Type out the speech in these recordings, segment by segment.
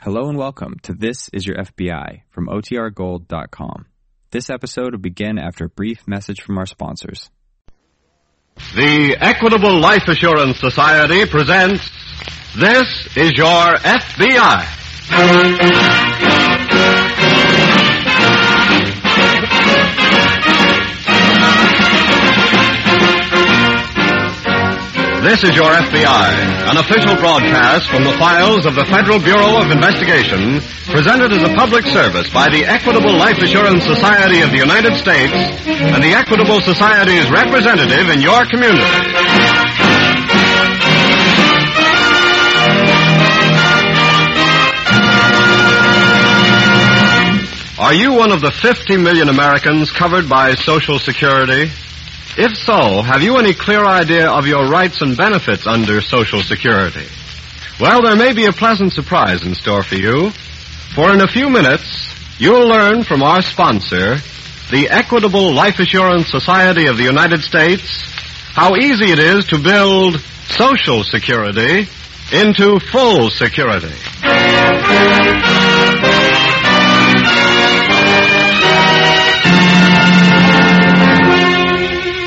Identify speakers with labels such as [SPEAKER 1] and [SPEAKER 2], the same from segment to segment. [SPEAKER 1] Hello and welcome to This Is Your FBI from OTRGold.com. This episode will begin after a brief message from our sponsors.
[SPEAKER 2] The Equitable Life Assurance Society presents This is Your FBI. This is Your FBI, an official broadcast from the files of the Federal Bureau of Investigation, presented as a public service by the Equitable Life Assurance Society of the United States and the Equitable Society's representative in your community. Are you one of the 50 million Americans covered by Social Security? If so, have you any clear idea of your rights and benefits under Social Security? Well, there may be a pleasant surprise in store for you. For in a few minutes, you'll learn from our sponsor, the Equitable Life Assurance Society of the United States, how easy it is to build Social Security into full security.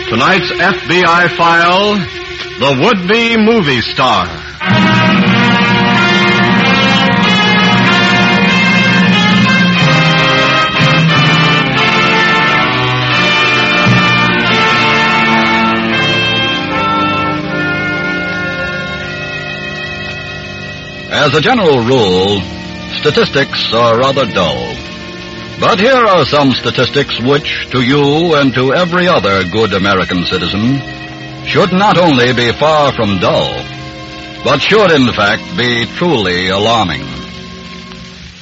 [SPEAKER 2] Tonight's FBI file The Would Be Movie Star. As a general rule, statistics are rather dull. But here are some statistics which, to you and to every other good American citizen, should not only be far from dull, but should in fact be truly alarming.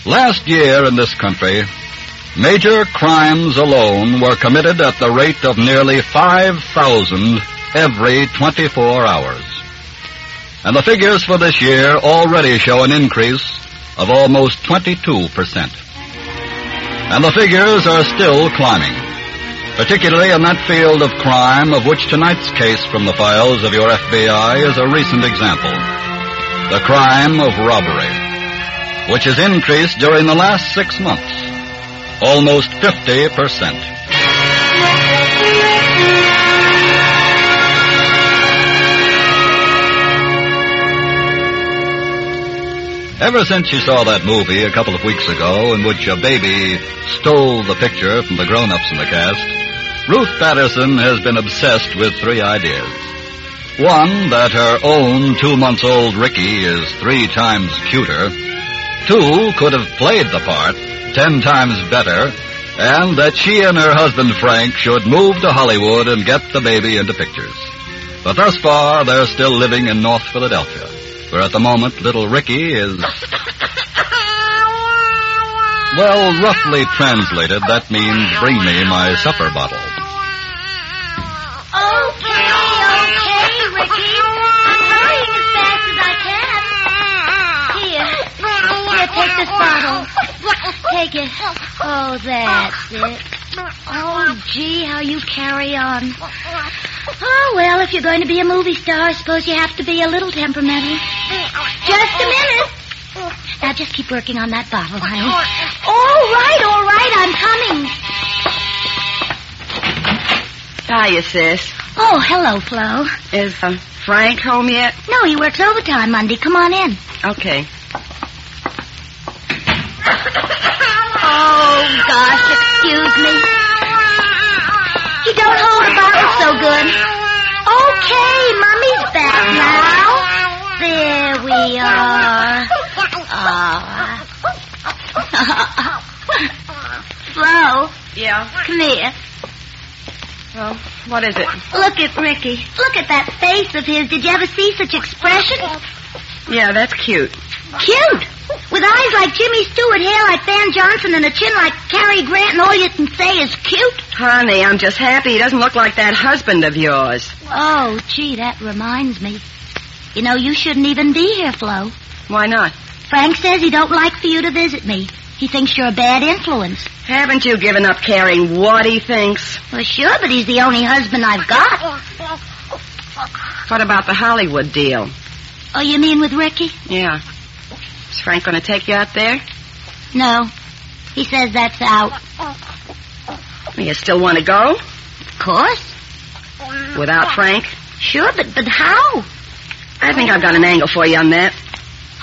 [SPEAKER 2] Last year in this country, major crimes alone were committed at the rate of nearly 5,000 every 24 hours. And the figures for this year already show an increase of almost 22% and the figures are still climbing, particularly in that field of crime of which tonight's case from the files of your FBI is a recent example. The crime of robbery, which has increased during the last six months, almost 50%. Ever since you saw that movie a couple of weeks ago in which a baby stole the picture from the grown-ups in the cast, Ruth Patterson has been obsessed with three ideas. One, that her own two-months-old Ricky is three times cuter. Two, could have played the part ten times better. And that she and her husband Frank should move to Hollywood and get the baby into pictures. But thus far, they're still living in North Philadelphia, where at the moment little Ricky is, well, roughly translated, that means bring me my supper bottle.
[SPEAKER 3] Okay, okay, Ricky. I'm hurrying as fast as I can. Here. Here, take this bottle. Take it. Oh, that's it. Oh, gee, how you carry on. Oh, well, if you're going to be a movie star, I suppose you have to be a little temperamental. Just a minute. Now, just keep working on that bottle, honey. All right, all right, I'm coming.
[SPEAKER 4] Hiya, sis.
[SPEAKER 3] Oh, hello, Flo.
[SPEAKER 4] Is um, Frank home yet?
[SPEAKER 3] No, he works overtime Monday. Come on in.
[SPEAKER 4] Okay.
[SPEAKER 3] Oh, gosh, excuse me. You don't hold a bottle so good. Okay, Mummy's back now. There we are. Uh,
[SPEAKER 4] Ah,
[SPEAKER 3] Aw. Flo,
[SPEAKER 4] Yeah.
[SPEAKER 3] come here.
[SPEAKER 4] Well, what is it?
[SPEAKER 3] Look at Ricky. Look at that face of his. Did you ever see such expression?
[SPEAKER 4] Yeah, that's cute.
[SPEAKER 3] Cute. With eyes like Jimmy Stewart, hair like Van Johnson, and a chin like Cary Grant, and all you can say is cute.
[SPEAKER 4] Honey, I'm just happy he doesn't look like that husband of yours.
[SPEAKER 3] Oh, gee, that reminds me. You know, you shouldn't even be here, Flo.
[SPEAKER 4] Why not?
[SPEAKER 3] Frank says he don't like for you to visit me. He thinks you're a bad influence.
[SPEAKER 4] Haven't you given up caring what he thinks?
[SPEAKER 3] Well, sure, but he's the only husband I've got.
[SPEAKER 4] What about the Hollywood deal?
[SPEAKER 3] Oh, you mean with Ricky?
[SPEAKER 4] Yeah. Is Frank going to take you out there?
[SPEAKER 3] No. He says that's out.
[SPEAKER 4] You still want to go?
[SPEAKER 3] Of course.
[SPEAKER 4] Without Frank?
[SPEAKER 3] Sure, but, but how?
[SPEAKER 4] I think I've got an angle for you on that.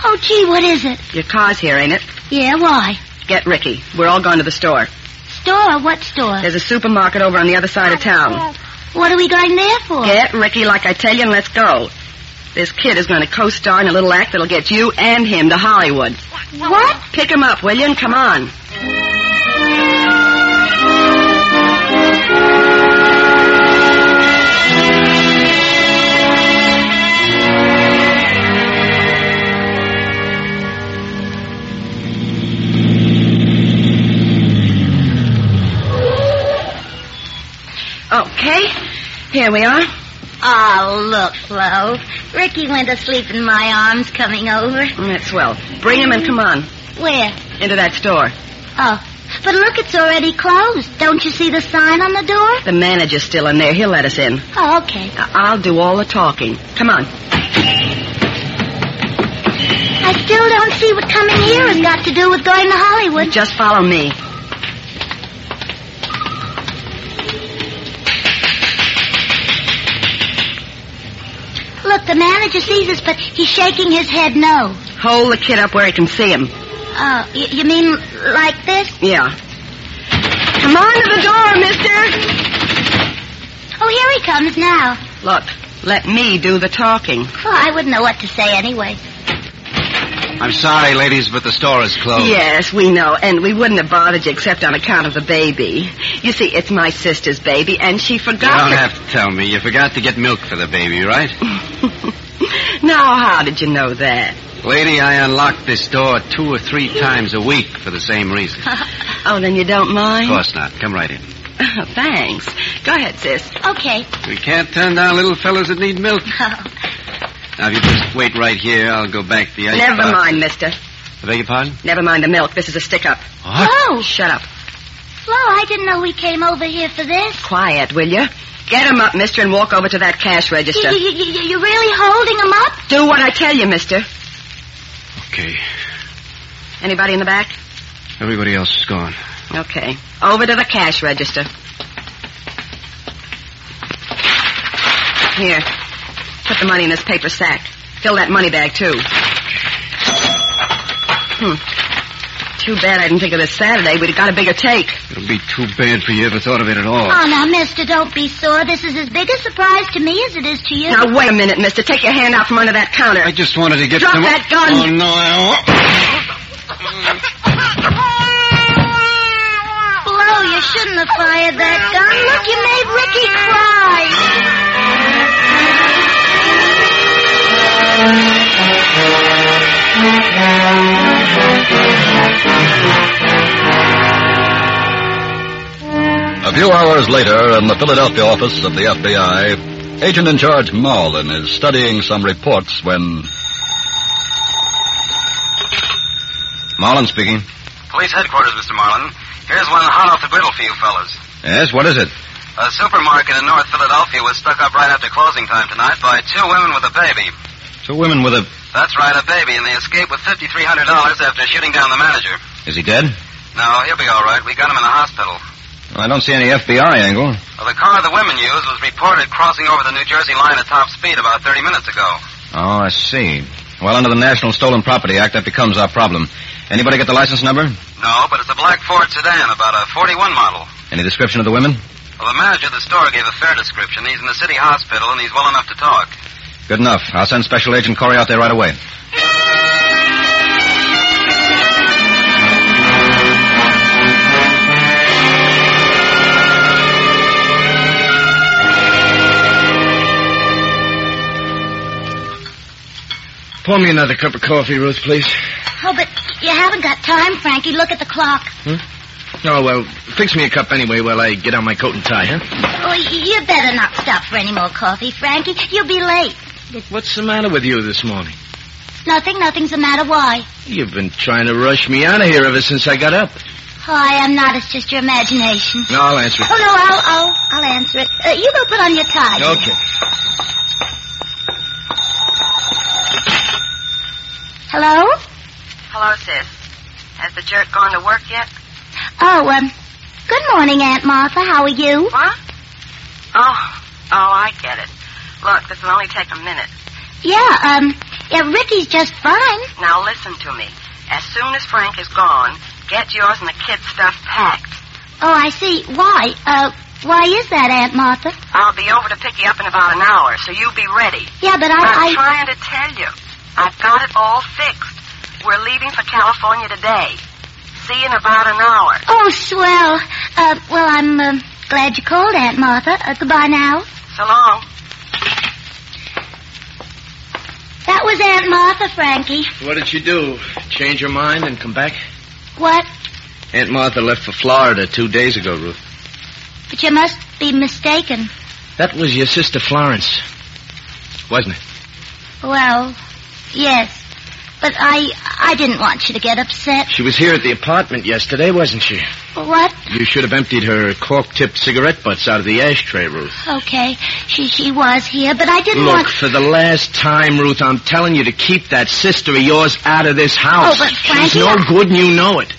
[SPEAKER 3] Oh, gee, what is it?
[SPEAKER 4] Your car's here, ain't it?
[SPEAKER 3] Yeah, why?
[SPEAKER 4] Get Ricky. We're all going to the store.
[SPEAKER 3] Store? What store?
[SPEAKER 4] There's a supermarket over on the other side of town.
[SPEAKER 3] What are we going there for?
[SPEAKER 4] Get Ricky like I tell you and let's go. This kid is going to co-star in a little act that'll get you and him to Hollywood.
[SPEAKER 3] What?
[SPEAKER 4] Pick him up, will you? And come on. Okay, here we are.
[SPEAKER 3] Oh, look, Flo. Ricky went to sleep in my arms coming over.
[SPEAKER 4] That's well. Bring him and come on
[SPEAKER 3] Where?
[SPEAKER 4] into that store.
[SPEAKER 3] Oh. But look, it's already closed. Don't you see the sign on the door?
[SPEAKER 4] The manager's still in there. He'll let us in.
[SPEAKER 3] Oh, okay.
[SPEAKER 4] I- I'll do all the talking. Come on.
[SPEAKER 3] I still don't see what coming here has got to do with going to Hollywood.
[SPEAKER 4] Just follow me.
[SPEAKER 3] Look, the manager sees us, but he's shaking his head no.
[SPEAKER 4] Hold the kid up where he can see him.
[SPEAKER 3] Oh, y- you mean like this?
[SPEAKER 4] Yeah. Come on to the door, mister.
[SPEAKER 3] Oh, here he comes now.
[SPEAKER 4] Look, let me do the talking.
[SPEAKER 3] Oh, I wouldn't know what to say anyway.
[SPEAKER 2] I'm sorry, ladies, but the store is closed.
[SPEAKER 4] Yes, we know, and we wouldn't have bothered you except on account of the baby. You see, it's my sister's baby, and she
[SPEAKER 2] You
[SPEAKER 4] forgot.
[SPEAKER 2] don't
[SPEAKER 4] it.
[SPEAKER 2] have to tell me. You forgot to get milk for the baby, right?
[SPEAKER 4] now, how did you know that?
[SPEAKER 2] Lady, I unlock this door two or three times a week for the same reason.
[SPEAKER 4] Oh, then you don't
[SPEAKER 2] Of
[SPEAKER 4] mind?
[SPEAKER 2] course not. Come right in.
[SPEAKER 4] Thanks. Go ahead, sis.
[SPEAKER 3] Okay.
[SPEAKER 2] We can't turn down little fellows that need milk.
[SPEAKER 3] Oh,
[SPEAKER 2] Now, if you just wait right here, I'll go back to the ice
[SPEAKER 4] Never
[SPEAKER 2] box.
[SPEAKER 4] mind, mister.
[SPEAKER 2] I beg your pardon?
[SPEAKER 4] Never mind the milk. This is a stick up.
[SPEAKER 3] Oh.
[SPEAKER 4] Shut up.
[SPEAKER 3] Flo, I didn't know we came over here for this.
[SPEAKER 4] Quiet, will you? Get him up, mister, and walk over to that cash
[SPEAKER 3] You,
[SPEAKER 4] register.
[SPEAKER 3] you, you, you're really holding him up?
[SPEAKER 4] Do what I tell you, mister.
[SPEAKER 2] Okay.
[SPEAKER 4] Anybody in the back?
[SPEAKER 2] Everybody else is gone.
[SPEAKER 4] Okay. Over to the cash register. Here. Put the money in this paper sack. Fill that money bag, too. Hmm. Too bad I didn't think of this Saturday. We'd have got a bigger take.
[SPEAKER 2] It'll be too bad for you ever thought of it at all.
[SPEAKER 3] Oh, now, mister, don't be sore. This is as big a surprise to me as it is to you.
[SPEAKER 4] Now, wait a minute, mister. Take your hand out from under that counter.
[SPEAKER 2] I just wanted to get
[SPEAKER 4] Drop
[SPEAKER 2] some...
[SPEAKER 4] that gun.
[SPEAKER 2] Oh, no, I...
[SPEAKER 3] Flo, you shouldn't have fired that gun. Look, you made Ricky cry.
[SPEAKER 5] A few hours later, in the Philadelphia office of the FBI, Agent in Charge Marlin is studying some reports when. Marlin speaking.
[SPEAKER 6] Police headquarters, Mr. Marlin. Here's one hot off the griddle for you fellas.
[SPEAKER 5] Yes, what is it?
[SPEAKER 6] A supermarket in North Philadelphia was stuck up right after closing time tonight by two women with a baby.
[SPEAKER 5] Two women with a.
[SPEAKER 6] That's right, a baby, and they escaped with $5,300 after shooting down the manager.
[SPEAKER 5] Is he dead?
[SPEAKER 6] No, he'll be all right. We got him in the hospital.
[SPEAKER 5] I don't see any FBI angle.
[SPEAKER 6] Well, the car the women used was reported crossing over the New Jersey line at top speed about 30 minutes ago.
[SPEAKER 5] Oh, I see. Well, under the National Stolen Property Act, that becomes our problem. Anybody get the license number?
[SPEAKER 6] No, but it's a black Ford sedan, about a 41 model.
[SPEAKER 5] Any description of the women?
[SPEAKER 6] Well, the manager of the store gave a fair description. He's in the city hospital, and he's well enough to talk.
[SPEAKER 5] Good enough. I'll send Special Agent Corey out there right away.
[SPEAKER 2] Pour me another cup of coffee, Ruth, please.
[SPEAKER 3] Oh, but you haven't got time, Frankie. Look at the clock.
[SPEAKER 2] Oh, well, fix me a cup anyway while I get on my coat and tie, huh?
[SPEAKER 3] Oh, y- you'd better not stop for any more coffee, Frankie. You'll be late.
[SPEAKER 2] What's the matter with you this morning?
[SPEAKER 3] Nothing, nothing's the matter. Why?
[SPEAKER 2] You've been trying to rush me out of here ever since I got up.
[SPEAKER 3] Oh, I am not. It's just your imagination.
[SPEAKER 2] No, I'll answer
[SPEAKER 3] Oh,
[SPEAKER 2] it.
[SPEAKER 3] no, I'll, I'll, I'll answer it. Uh, you go put on your tie. dear.
[SPEAKER 2] Okay.
[SPEAKER 3] Hello?
[SPEAKER 4] Hello, sis. Has the jerk gone to work yet?
[SPEAKER 3] Oh, um, good morning, Aunt Martha. How are you?
[SPEAKER 4] What? Oh, oh, I get it. Look, this will only take a minute.
[SPEAKER 3] Yeah, um, yeah, Ricky's just fine.
[SPEAKER 4] Now listen to me. As soon as Frank is gone, get yours and the kid's stuff packed.
[SPEAKER 3] Oh, I see. Why? Uh, why is that, Aunt Martha?
[SPEAKER 4] I'll be over to pick you up in about an hour, so you be ready.
[SPEAKER 3] Yeah, but
[SPEAKER 4] I'm
[SPEAKER 3] I, I,
[SPEAKER 4] trying to tell you. I've got it all fixed. We're leaving for California today. See you in about an hour.
[SPEAKER 3] oh, swell. Uh, well, I'm, um, glad you called, Aunt Martha. Uh, goodbye now.
[SPEAKER 4] So long.
[SPEAKER 3] That was Aunt Martha, Frankie.
[SPEAKER 2] What did she do? Change her mind and come back?
[SPEAKER 3] What?
[SPEAKER 2] Aunt Martha left for Florida two days ago, Ruth.
[SPEAKER 3] But you must be mistaken.
[SPEAKER 2] That was your sister Florence, wasn't it?
[SPEAKER 3] Well, yes. But I, I didn't want you to get upset.
[SPEAKER 2] She was here at the apartment yesterday, wasn't she?
[SPEAKER 3] What?
[SPEAKER 2] You should have emptied her cork-tipped cigarette butts out of the ashtray, Ruth.
[SPEAKER 3] Okay. She, she was here, but I didn't
[SPEAKER 2] Look,
[SPEAKER 3] want.
[SPEAKER 2] for the last time, Ruth, I'm telling you to keep that sister of yours out of this house.
[SPEAKER 3] Oh, but
[SPEAKER 2] She's
[SPEAKER 3] Frankie,
[SPEAKER 2] no
[SPEAKER 3] I-
[SPEAKER 2] good and you know it.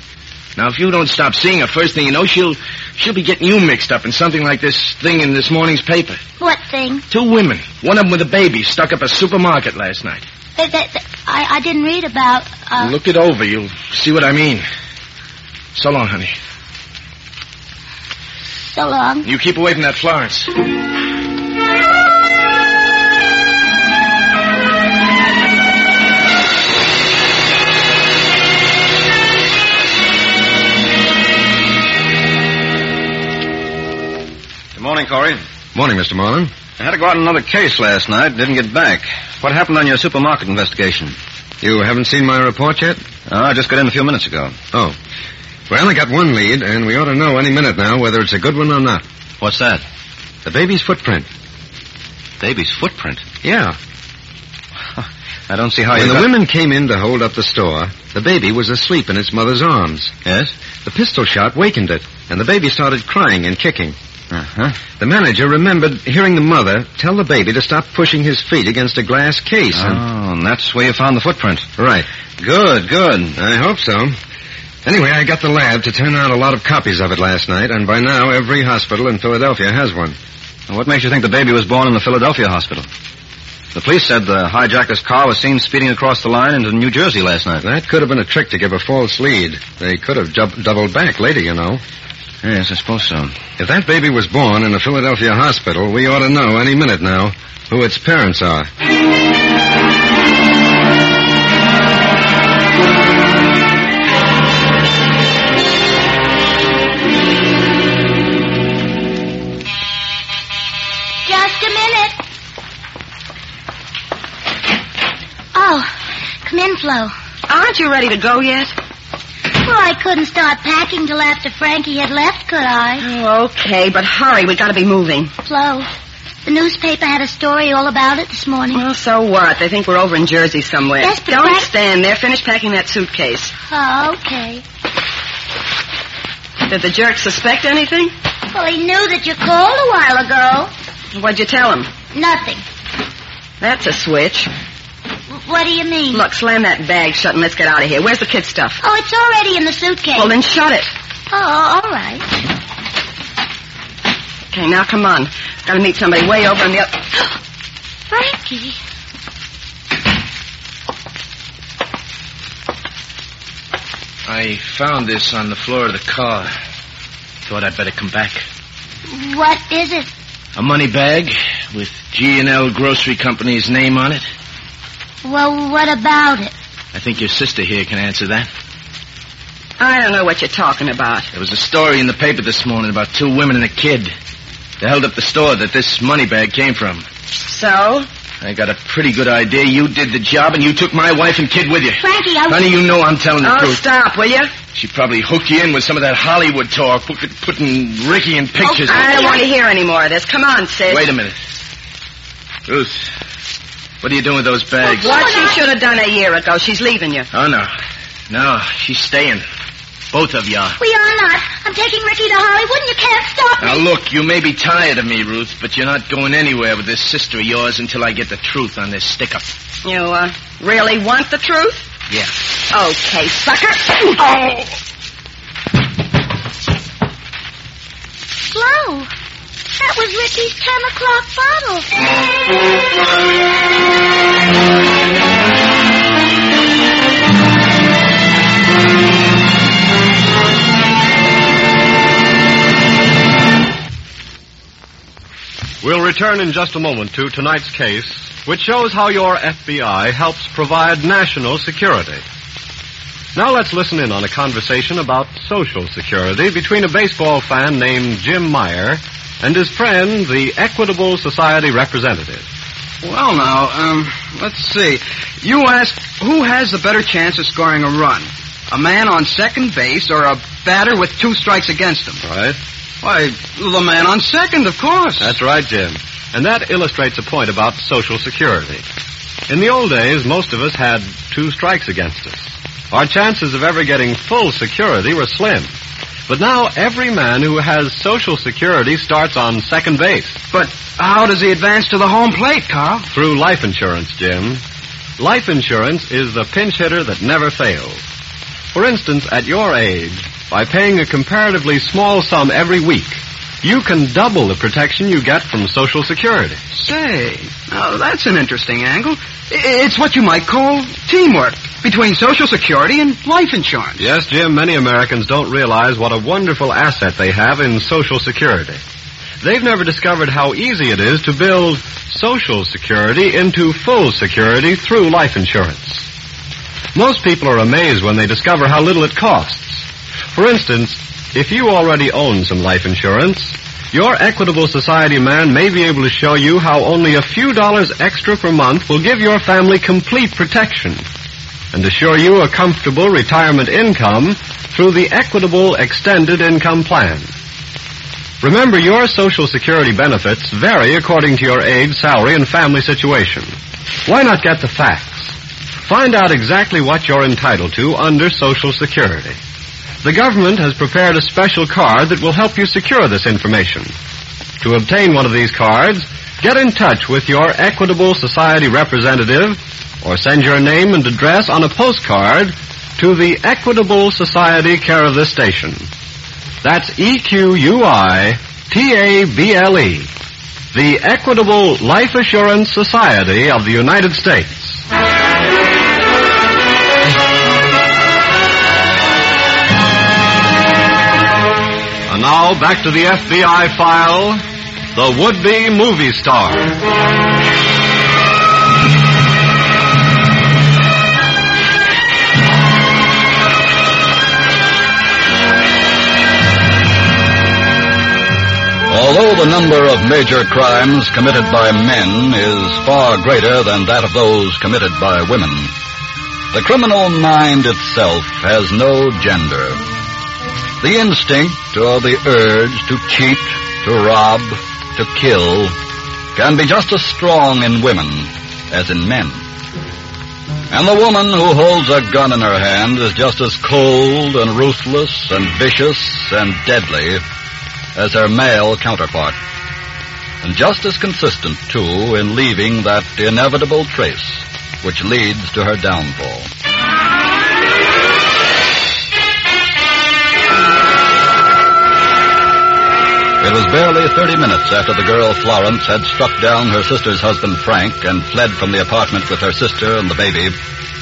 [SPEAKER 2] Now, if you don't stop seeing her, first thing you know, she'll she'll be getting you mixed up in something like this thing in this morning's paper.
[SPEAKER 3] What thing?
[SPEAKER 2] Two women, one of them with a baby, stuck up a supermarket last night.
[SPEAKER 3] That, that, that- I, I didn't read about. Uh,
[SPEAKER 2] Look it over. You'll see what I mean. So long, honey.
[SPEAKER 3] so long.
[SPEAKER 2] You keep away from that Florence.
[SPEAKER 6] Good morning, Corey.
[SPEAKER 1] Morning, Mr. Marlin.
[SPEAKER 6] I had to go out on another case last night. Didn't get back. What happened on your supermarket investigation?
[SPEAKER 1] You haven't seen my report yet?
[SPEAKER 6] Oh, I just got in a few minutes ago.
[SPEAKER 1] Oh. Well, I got one lead, and we ought to know any minute now whether it's a good one or not.
[SPEAKER 6] What's that?
[SPEAKER 1] The baby's footprint.
[SPEAKER 6] Baby's footprint.
[SPEAKER 1] Yeah.
[SPEAKER 6] I don't see how
[SPEAKER 1] when
[SPEAKER 6] you.
[SPEAKER 1] the
[SPEAKER 6] got-
[SPEAKER 1] women came in to hold up the store, the baby was asleep in its mother's arms.
[SPEAKER 6] Yes.
[SPEAKER 1] The pistol shot wakened it, and the baby started crying and kicking.
[SPEAKER 6] Uh huh.
[SPEAKER 1] The manager remembered hearing the mother tell the baby to stop pushing his feet against a glass case. and-
[SPEAKER 6] Oh, and that's where you found the footprint.
[SPEAKER 1] Right.
[SPEAKER 6] Good, good.
[SPEAKER 1] I hope so. Anyway, I got the lab to turn out a lot of copies of it last night, and by now every hospital in Philadelphia has one.
[SPEAKER 6] What makes you think the baby was born in the Philadelphia hospital? The police said the hijacker's car was seen speeding across the line into New Jersey last night.
[SPEAKER 1] That could have been a trick to give a false lead. They could have dub- doubled back later, you know.
[SPEAKER 6] Yes, I suppose so.
[SPEAKER 1] If that baby was born in a Philadelphia hospital, we ought to know any minute now who its parents are.
[SPEAKER 3] Just a minute. Oh, come in, Flo.
[SPEAKER 4] Aren't you ready to go yet?
[SPEAKER 3] Well, I couldn't start packing till after Frankie had left, could I?
[SPEAKER 4] Oh, okay, but hurry. We've got to be moving.
[SPEAKER 3] Flo, the newspaper had a story all about it this morning.
[SPEAKER 4] Well, so what? They think we're over in Jersey somewhere.
[SPEAKER 3] Yes, but
[SPEAKER 4] Don't
[SPEAKER 3] that-
[SPEAKER 4] stand there. Finish packing that suitcase.
[SPEAKER 3] Oh, okay.
[SPEAKER 4] Did the jerk suspect anything?
[SPEAKER 3] Well, he knew that you called a while ago.
[SPEAKER 4] What'd you tell him?
[SPEAKER 3] Nothing.
[SPEAKER 4] That's a switch.
[SPEAKER 3] W- What do you mean?
[SPEAKER 4] Look, slam that bag shut and let's get out of here. Where's the kid's stuff?
[SPEAKER 3] Oh, it's already in the suitcase.
[SPEAKER 4] Well, then shut it.
[SPEAKER 3] Oh, all right.
[SPEAKER 4] Okay, now come on. Gotta meet somebody way over on the other.
[SPEAKER 3] Frankie.
[SPEAKER 2] I found this on the floor of the car. Thought I'd better come back.
[SPEAKER 3] What is it?
[SPEAKER 2] A money bag with G and L Grocery Company's name on it.
[SPEAKER 3] Well, what about it?
[SPEAKER 2] I think your sister here can answer that.
[SPEAKER 4] I don't know what you're talking about.
[SPEAKER 2] There was a story in the paper this morning about two women and a kid. They held up the store that this money bag came from.
[SPEAKER 4] So?
[SPEAKER 2] I got a pretty good idea. You did the job and you took my wife and kid with you.
[SPEAKER 3] Frankie, I...
[SPEAKER 2] Honey, you know I'm telling the
[SPEAKER 4] Oh,
[SPEAKER 2] truth.
[SPEAKER 4] stop, will you?
[SPEAKER 2] She probably hooked you in with some of that Hollywood talk, put- putting Ricky in pictures.
[SPEAKER 4] I don't want to hear any more of this. Come on, sis.
[SPEAKER 2] Wait a minute. Ruth, what are you doing with those bags?
[SPEAKER 4] What she should have done a year ago. She's leaving you.
[SPEAKER 2] Oh, no. No, she's staying. Both of you are.
[SPEAKER 3] We are not. I'm taking Ricky to Hollywood and you can't stop me.
[SPEAKER 2] Now, look, you may be tired of me, Ruth, but you're not going anywhere with this sister of yours until I get the truth on this stick up.
[SPEAKER 4] You, uh, really want the truth?
[SPEAKER 7] Yeah.
[SPEAKER 4] Okay, sucker.
[SPEAKER 7] Oh!
[SPEAKER 3] Blow. That was Ricky's 10 o'clock bottle.
[SPEAKER 8] We'll return in just a moment to tonight's case, which shows how your FBI helps provide national security. Now let's listen in on a conversation about Social Security between a baseball fan named Jim Meyer and his friend, the Equitable Society representative.
[SPEAKER 2] Well, now, um, let's see. You asked who has the better chance of scoring a run? A man on second base or a batter with two strikes against him?
[SPEAKER 8] Right?
[SPEAKER 2] Why, the man on second, of course.
[SPEAKER 8] That's right, Jim. And that illustrates a point about Social Security. In the old days, most of us had two strikes against us. Our chances of ever getting full security were slim. But now every man who has Social Security starts on second base
[SPEAKER 2] But how does he advance to the home plate, Carl?
[SPEAKER 8] through life insurance, Jim. Life insurance is the pinch hitter that never fails. For instance, at your age, by paying a comparatively small sum every week, you can double the protection you get from Social Security.
[SPEAKER 2] Say, now that's an interesting angle. I- It's what you might call teamwork between Social Security and life insurance.
[SPEAKER 8] Yes, Jim, many Americans don't realize what a wonderful asset they have in Social Security. They've never discovered how easy it is to build Social Security into full security through life insurance. Most people are amazed when they discover how little it costs. For instance, if you already own some life insurance, your Equitable Society man may be able to show you how only a few dollars extra per month will give your family complete protection and assure you a comfortable retirement income through the Equitable Extended Income Plan. Remember, your Social Security benefits vary according to your age, salary, and family situation. Why not get the facts? Find out exactly what you're entitled to under Social Security. The government has prepared a special card that will help you secure this information. To obtain one of these cards, get in touch with your Equitable Society representative or send your name and address on a postcard to the Equitable Society care of this station. That's E Q U I T A B L E. The Equitable Life Assurance Society of the United States. And now back to the FBI file The Would Be Movie Star.
[SPEAKER 9] Although the number of major crimes committed by men is far greater than that of those committed by women, the criminal mind itself has no gender. The instinct or the urge to cheat, to rob, to kill can be just as strong in women as in men. And the woman who holds a gun in her hand is just as cold and ruthless and vicious and deadly as her male counterpart. And just as consistent, too, in leaving that inevitable trace which leads to her downfall. It was barely 30 minutes after the girl Florence had struck down her sister's husband Frank and fled from the apartment with her sister and the baby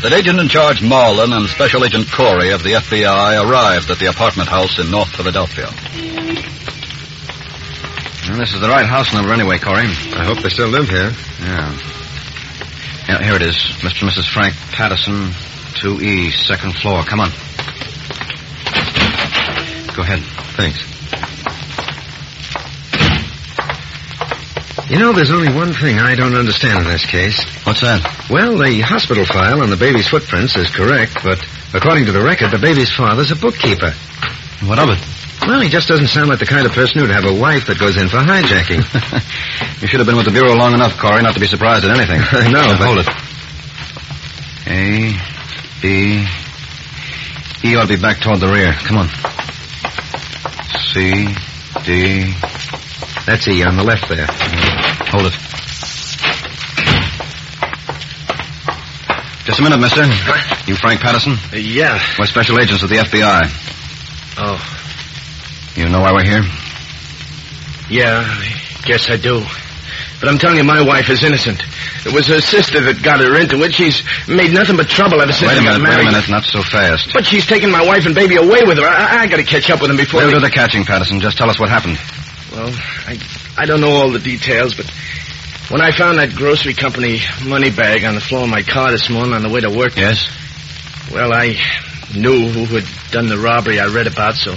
[SPEAKER 9] that agent in charge Marlin and special agent Corey of the FBI arrived at the apartment house in North Philadelphia.
[SPEAKER 2] Well, this is the right house number anyway, Corey. I hope they still live here. Yeah. Yeah, here it is. Mr. and Mrs. Frank Patterson, 2E, second floor. Come on. Go ahead. Thanks.
[SPEAKER 7] You know, there's only one thing I don't understand in this case.
[SPEAKER 2] What's that?
[SPEAKER 7] Well, the hospital file on the baby's footprints is correct, but according to the record, the baby's father's a bookkeeper.
[SPEAKER 2] What of it?
[SPEAKER 7] Well, he just doesn't sound like the kind of person who'd have a wife that goes in for hijacking.
[SPEAKER 2] you should have been with the Bureau long enough, Corey, not to be surprised at anything.
[SPEAKER 7] I know,
[SPEAKER 2] Now,
[SPEAKER 7] but-
[SPEAKER 2] Hold it. A, B. E ought to be back toward the rear. Come on. C, D.
[SPEAKER 7] That's E on the left there.
[SPEAKER 2] Hold it. Just a minute, mister. You Frank Patterson?
[SPEAKER 10] Uh, yeah.
[SPEAKER 2] We're special agents of the FBI.
[SPEAKER 10] Oh,
[SPEAKER 2] You know why we're here?
[SPEAKER 10] yeah, I guess I do. But I'm telling you, my wife is innocent. It was her sister that got her into it. She's made nothing but trouble ever since
[SPEAKER 2] wait a
[SPEAKER 10] she got
[SPEAKER 2] minute, wait a
[SPEAKER 10] married.
[SPEAKER 2] minute. Not so fast.
[SPEAKER 10] But she's taken my wife and baby away with her. I, I, I gotta catch up with them before
[SPEAKER 2] We'll
[SPEAKER 10] they...
[SPEAKER 2] do the catching, Patterson. Just tell us what happened.
[SPEAKER 10] Well, I, I don't know all the details, but when I found that grocery company money bag on the floor of my car this morning on the way to work,
[SPEAKER 2] Yes?
[SPEAKER 10] well, I knew who had done the robbery I read about, so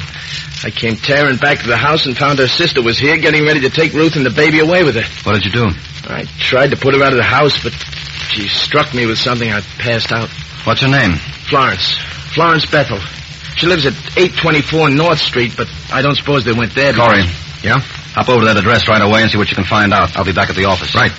[SPEAKER 10] I came tearing back to the house and found her sister was here getting ready to take Ruth and the baby away with her.
[SPEAKER 2] What did you do?
[SPEAKER 10] I tried to put her out of the house, but she struck me with something I passed out.
[SPEAKER 2] What's her name?
[SPEAKER 10] Florence. Florence Bethel. She lives at 824 North Street, but I don't suppose they went there.
[SPEAKER 2] Corey.
[SPEAKER 10] Yeah?
[SPEAKER 2] Hop over to that address right away and see what you can find out. I'll be back at the office. Right.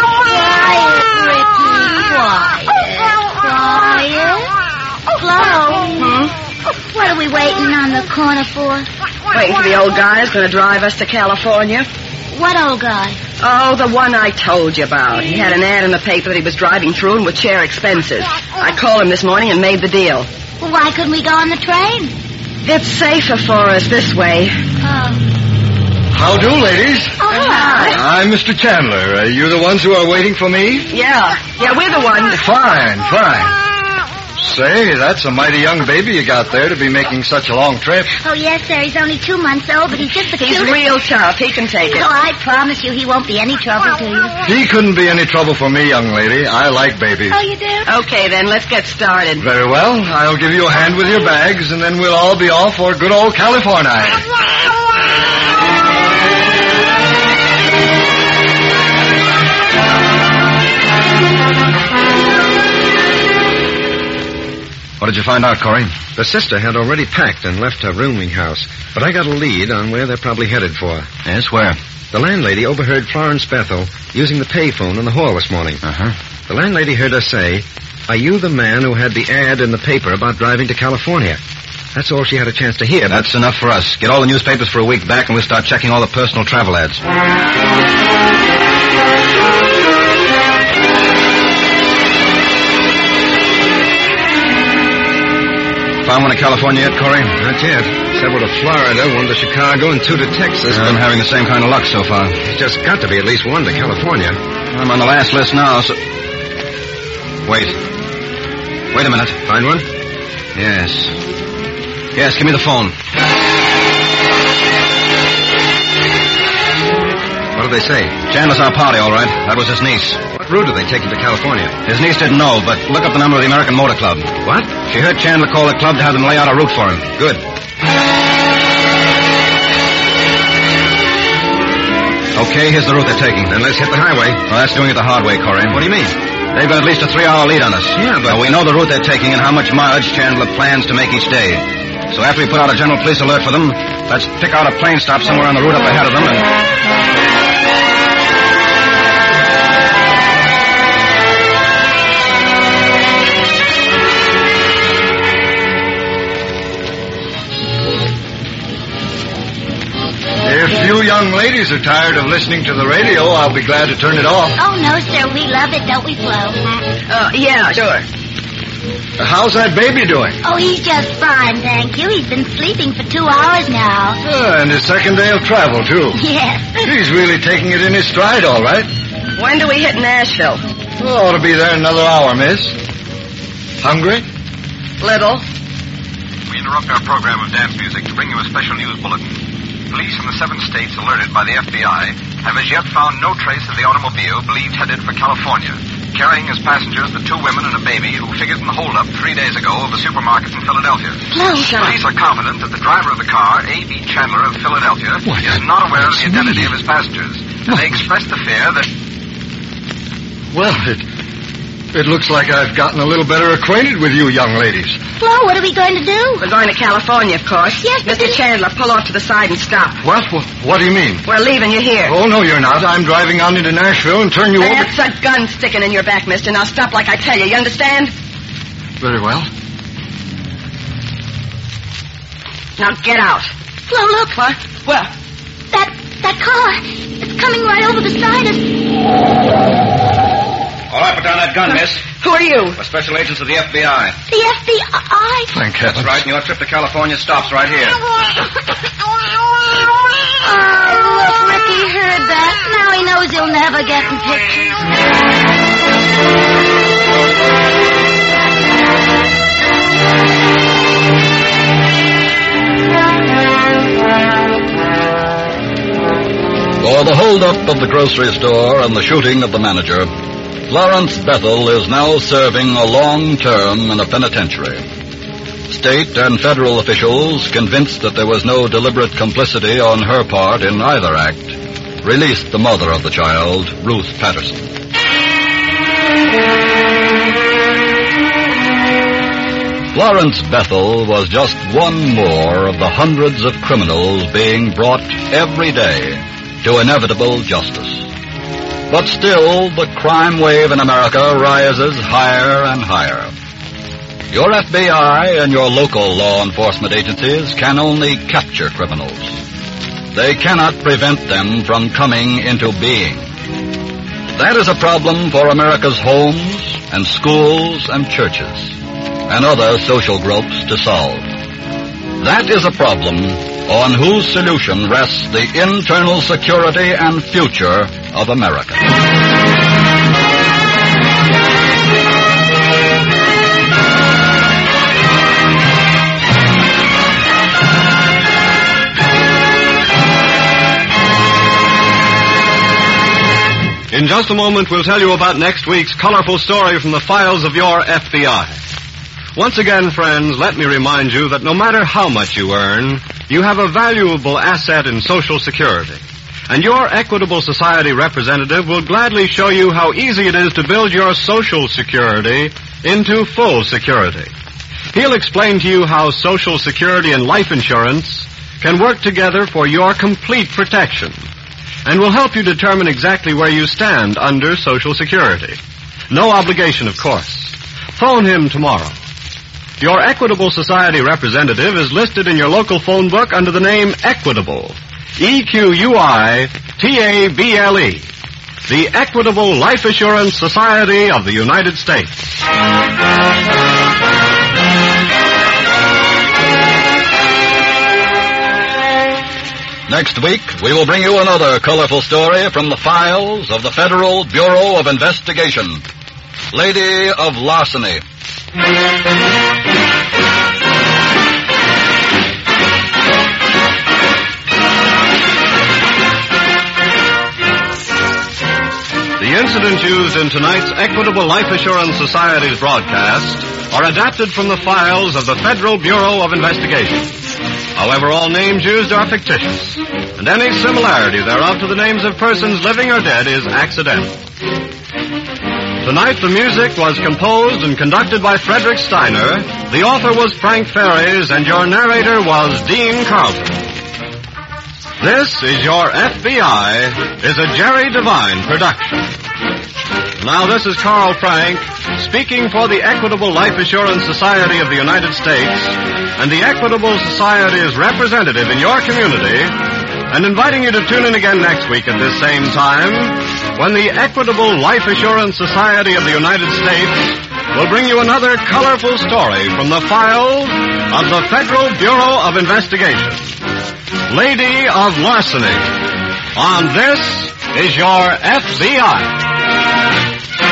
[SPEAKER 3] Quiet, Ricky. Quiet. Quiet. Flo. Oh, What are we waiting on the corner for?
[SPEAKER 4] Waiting for the old guy who's going to drive us to California.
[SPEAKER 3] What old guy?
[SPEAKER 4] Oh, the one I told you about. He had an ad in the paper that he was driving through and would share expenses. I called him this morning and made the deal.
[SPEAKER 3] Well, why couldn't we go on the train?
[SPEAKER 4] It's safer for us this way.
[SPEAKER 3] Oh.
[SPEAKER 2] How do, ladies?
[SPEAKER 3] Oh, hello.
[SPEAKER 2] I'm Mr. Chandler. Are you the ones who are waiting for me?
[SPEAKER 4] Yeah, yeah, we're the ones.
[SPEAKER 2] Fine, fine. Say, that's a mighty young baby you got there to be making such a long trip.
[SPEAKER 3] Oh, yes, sir. He's only two months old, but he's just the
[SPEAKER 4] He's
[SPEAKER 3] cutest.
[SPEAKER 4] real tough. He can take it.
[SPEAKER 3] Oh, I promise you he won't be any trouble to you.
[SPEAKER 2] He couldn't be any trouble for me, young lady. I like babies.
[SPEAKER 3] Oh, you do?
[SPEAKER 4] Okay, then let's get started.
[SPEAKER 2] Very well. I'll give you a hand with your bags, and then we'll all be off for good old California. What did you find out, Corey?
[SPEAKER 10] The sister had already packed and left her rooming house, but I got a lead on where they're probably headed for.
[SPEAKER 2] Yes, where?
[SPEAKER 10] The landlady overheard Florence Bethel using the payphone in the hall this morning.
[SPEAKER 2] Uh huh.
[SPEAKER 10] The landlady heard her say, Are you the man who had the ad in the paper about driving to California? That's all she had a chance to hear.
[SPEAKER 2] That's enough for us. Get all the newspapers for a week back, and we'll start checking all the personal travel ads. Found one in California yet, Corey?
[SPEAKER 10] Not yet. Several to Florida, one to Chicago, and two to Texas.
[SPEAKER 2] I've been having the same kind of luck so far.
[SPEAKER 10] There's just got to be at least one to California.
[SPEAKER 2] I'm on the last list now, so. Wait. Wait a minute.
[SPEAKER 10] Find one?
[SPEAKER 2] Yes. Yes, give me the phone.
[SPEAKER 10] What do they say?
[SPEAKER 2] Chandler's our party, all right. That was his niece.
[SPEAKER 10] What route are they taking to California?
[SPEAKER 2] His niece didn't know, but look up the number of the American Motor Club.
[SPEAKER 10] What?
[SPEAKER 2] She heard Chandler call the club to have them lay out a route for him. Good. Okay, here's the route they're taking. Then let's hit the highway. Well, that's doing it the hard way, Corey. What do you mean? They've got at least a three-hour lead on us.
[SPEAKER 10] Yeah, but-
[SPEAKER 2] Now, we know the route they're taking and how much mileage Chandler plans to make each day. So after we put out a general police alert for them, let's pick out a plane stop somewhere on the route up ahead of them and...
[SPEAKER 8] If you young ladies are tired of listening to the radio, I'll be glad to turn it off.
[SPEAKER 3] Oh, no, sir. We love it, don't we, Flo?
[SPEAKER 4] Uh, yeah, sure.
[SPEAKER 8] How's that baby doing?
[SPEAKER 3] Oh, he's just fine, thank you. He's been sleeping for two hours now.
[SPEAKER 8] Ah, and his second day of travel, too.
[SPEAKER 3] Yes.
[SPEAKER 8] He's really taking it in his stride, all right.
[SPEAKER 4] When do we hit Nashville?
[SPEAKER 8] Well, ought to be there another hour, miss. Hungry?
[SPEAKER 4] Little.
[SPEAKER 6] We interrupt our program of dance music to bring you a special news bulletin. Police in the seven states alerted by the FBI have as yet found no trace of the automobile believed headed for California, carrying as passengers the two women and a baby who figured in the holdup three days ago of a supermarket in Philadelphia.
[SPEAKER 3] Flo.
[SPEAKER 6] Police are confident that the driver of the car, A.B. Chandler of Philadelphia, is not aware of the identity of his passengers. And they expressed the fear that
[SPEAKER 8] Well, it, it looks like I've gotten a little better acquainted with you young ladies.
[SPEAKER 3] Flo, what are we going to do?
[SPEAKER 4] We're going to California, of course.
[SPEAKER 3] Yes, but
[SPEAKER 4] Mr. Chandler, pull off to the side and stop.
[SPEAKER 8] What? What do you mean?
[SPEAKER 4] We're leaving you here.
[SPEAKER 8] Oh, no, you're not. I'm driving on into Nashville and turn you over.
[SPEAKER 4] That's a gun sticking in your back, mister. Now stop like I tell you. You understand?
[SPEAKER 11] Very well.
[SPEAKER 4] Now get out.
[SPEAKER 3] Flo, look.
[SPEAKER 4] What? Where?
[SPEAKER 3] That that car. It's coming right over beside us.
[SPEAKER 6] All right, put down that gun, miss.
[SPEAKER 4] Who are you?
[SPEAKER 6] We're special agents of the FBI.
[SPEAKER 3] The FBI.
[SPEAKER 11] Thank heaven.
[SPEAKER 6] That's right, and your trip to California stops right here.
[SPEAKER 3] Oh, look, Ricky heard that. Now he knows he'll never get in pictures.
[SPEAKER 2] For the holdup of the grocery store and the shooting of the manager, Lawrence Bethel is now serving a long term in a penitentiary. State and federal officials, convinced that there was no deliberate complicity on her part in either act, released the mother of the child, Ruth Patterson. Lawrence Bethel was just one more of the hundreds of criminals being brought every day to inevitable justice. But still, the crime wave in America rises higher and higher. Your FBI and your local law enforcement agencies can only capture criminals. They cannot prevent them from coming into being. That is a problem for America's homes and schools and churches and other social groups to solve. That is a problem on whose solution rests the internal security and future of America.
[SPEAKER 8] In just a moment, we'll tell you about next week's colorful story from the files of your FBI. Once again, friends, let me remind you that no matter how much you earn, you have a valuable asset in Social Security. And your Equitable Society representative will gladly show you how easy it is to build your Social Security into full security. He'll explain to you how Social Security and life insurance can work together for your complete protection and will help you determine exactly where you stand under Social Security. No obligation, of course. Phone him tomorrow. Your Equitable Society representative is listed in your local phone book under the name Equitable. E E-Q-U-I-T-A-B-L-E. E. The Equitable Life Assurance Society of the United States. Next week, we will bring you another colorful story from the files of the Federal Bureau of Investigation Lady of Larceny. The incidents used in tonight's Equitable Life Assurance Society's broadcast are adapted from the files of the Federal Bureau of Investigation. However, all names used are fictitious, and any similarity thereof to the names of persons living or dead is accidental. Tonight, the music was composed and conducted by Frederick Steiner, the author was Frank Ferries, and your narrator was Dean Carlton. This is Your FBI is a Jerry Devine production. Now, this is Carl Frank speaking for the Equitable Life Assurance Society of the United States and the Equitable Society's representative in your community and inviting you to tune in again next week at this same time when the Equitable Life Assurance Society of the United States will bring you another colorful story from the files of the Federal Bureau of Investigation. Lady of Larceny. On this is your FBI.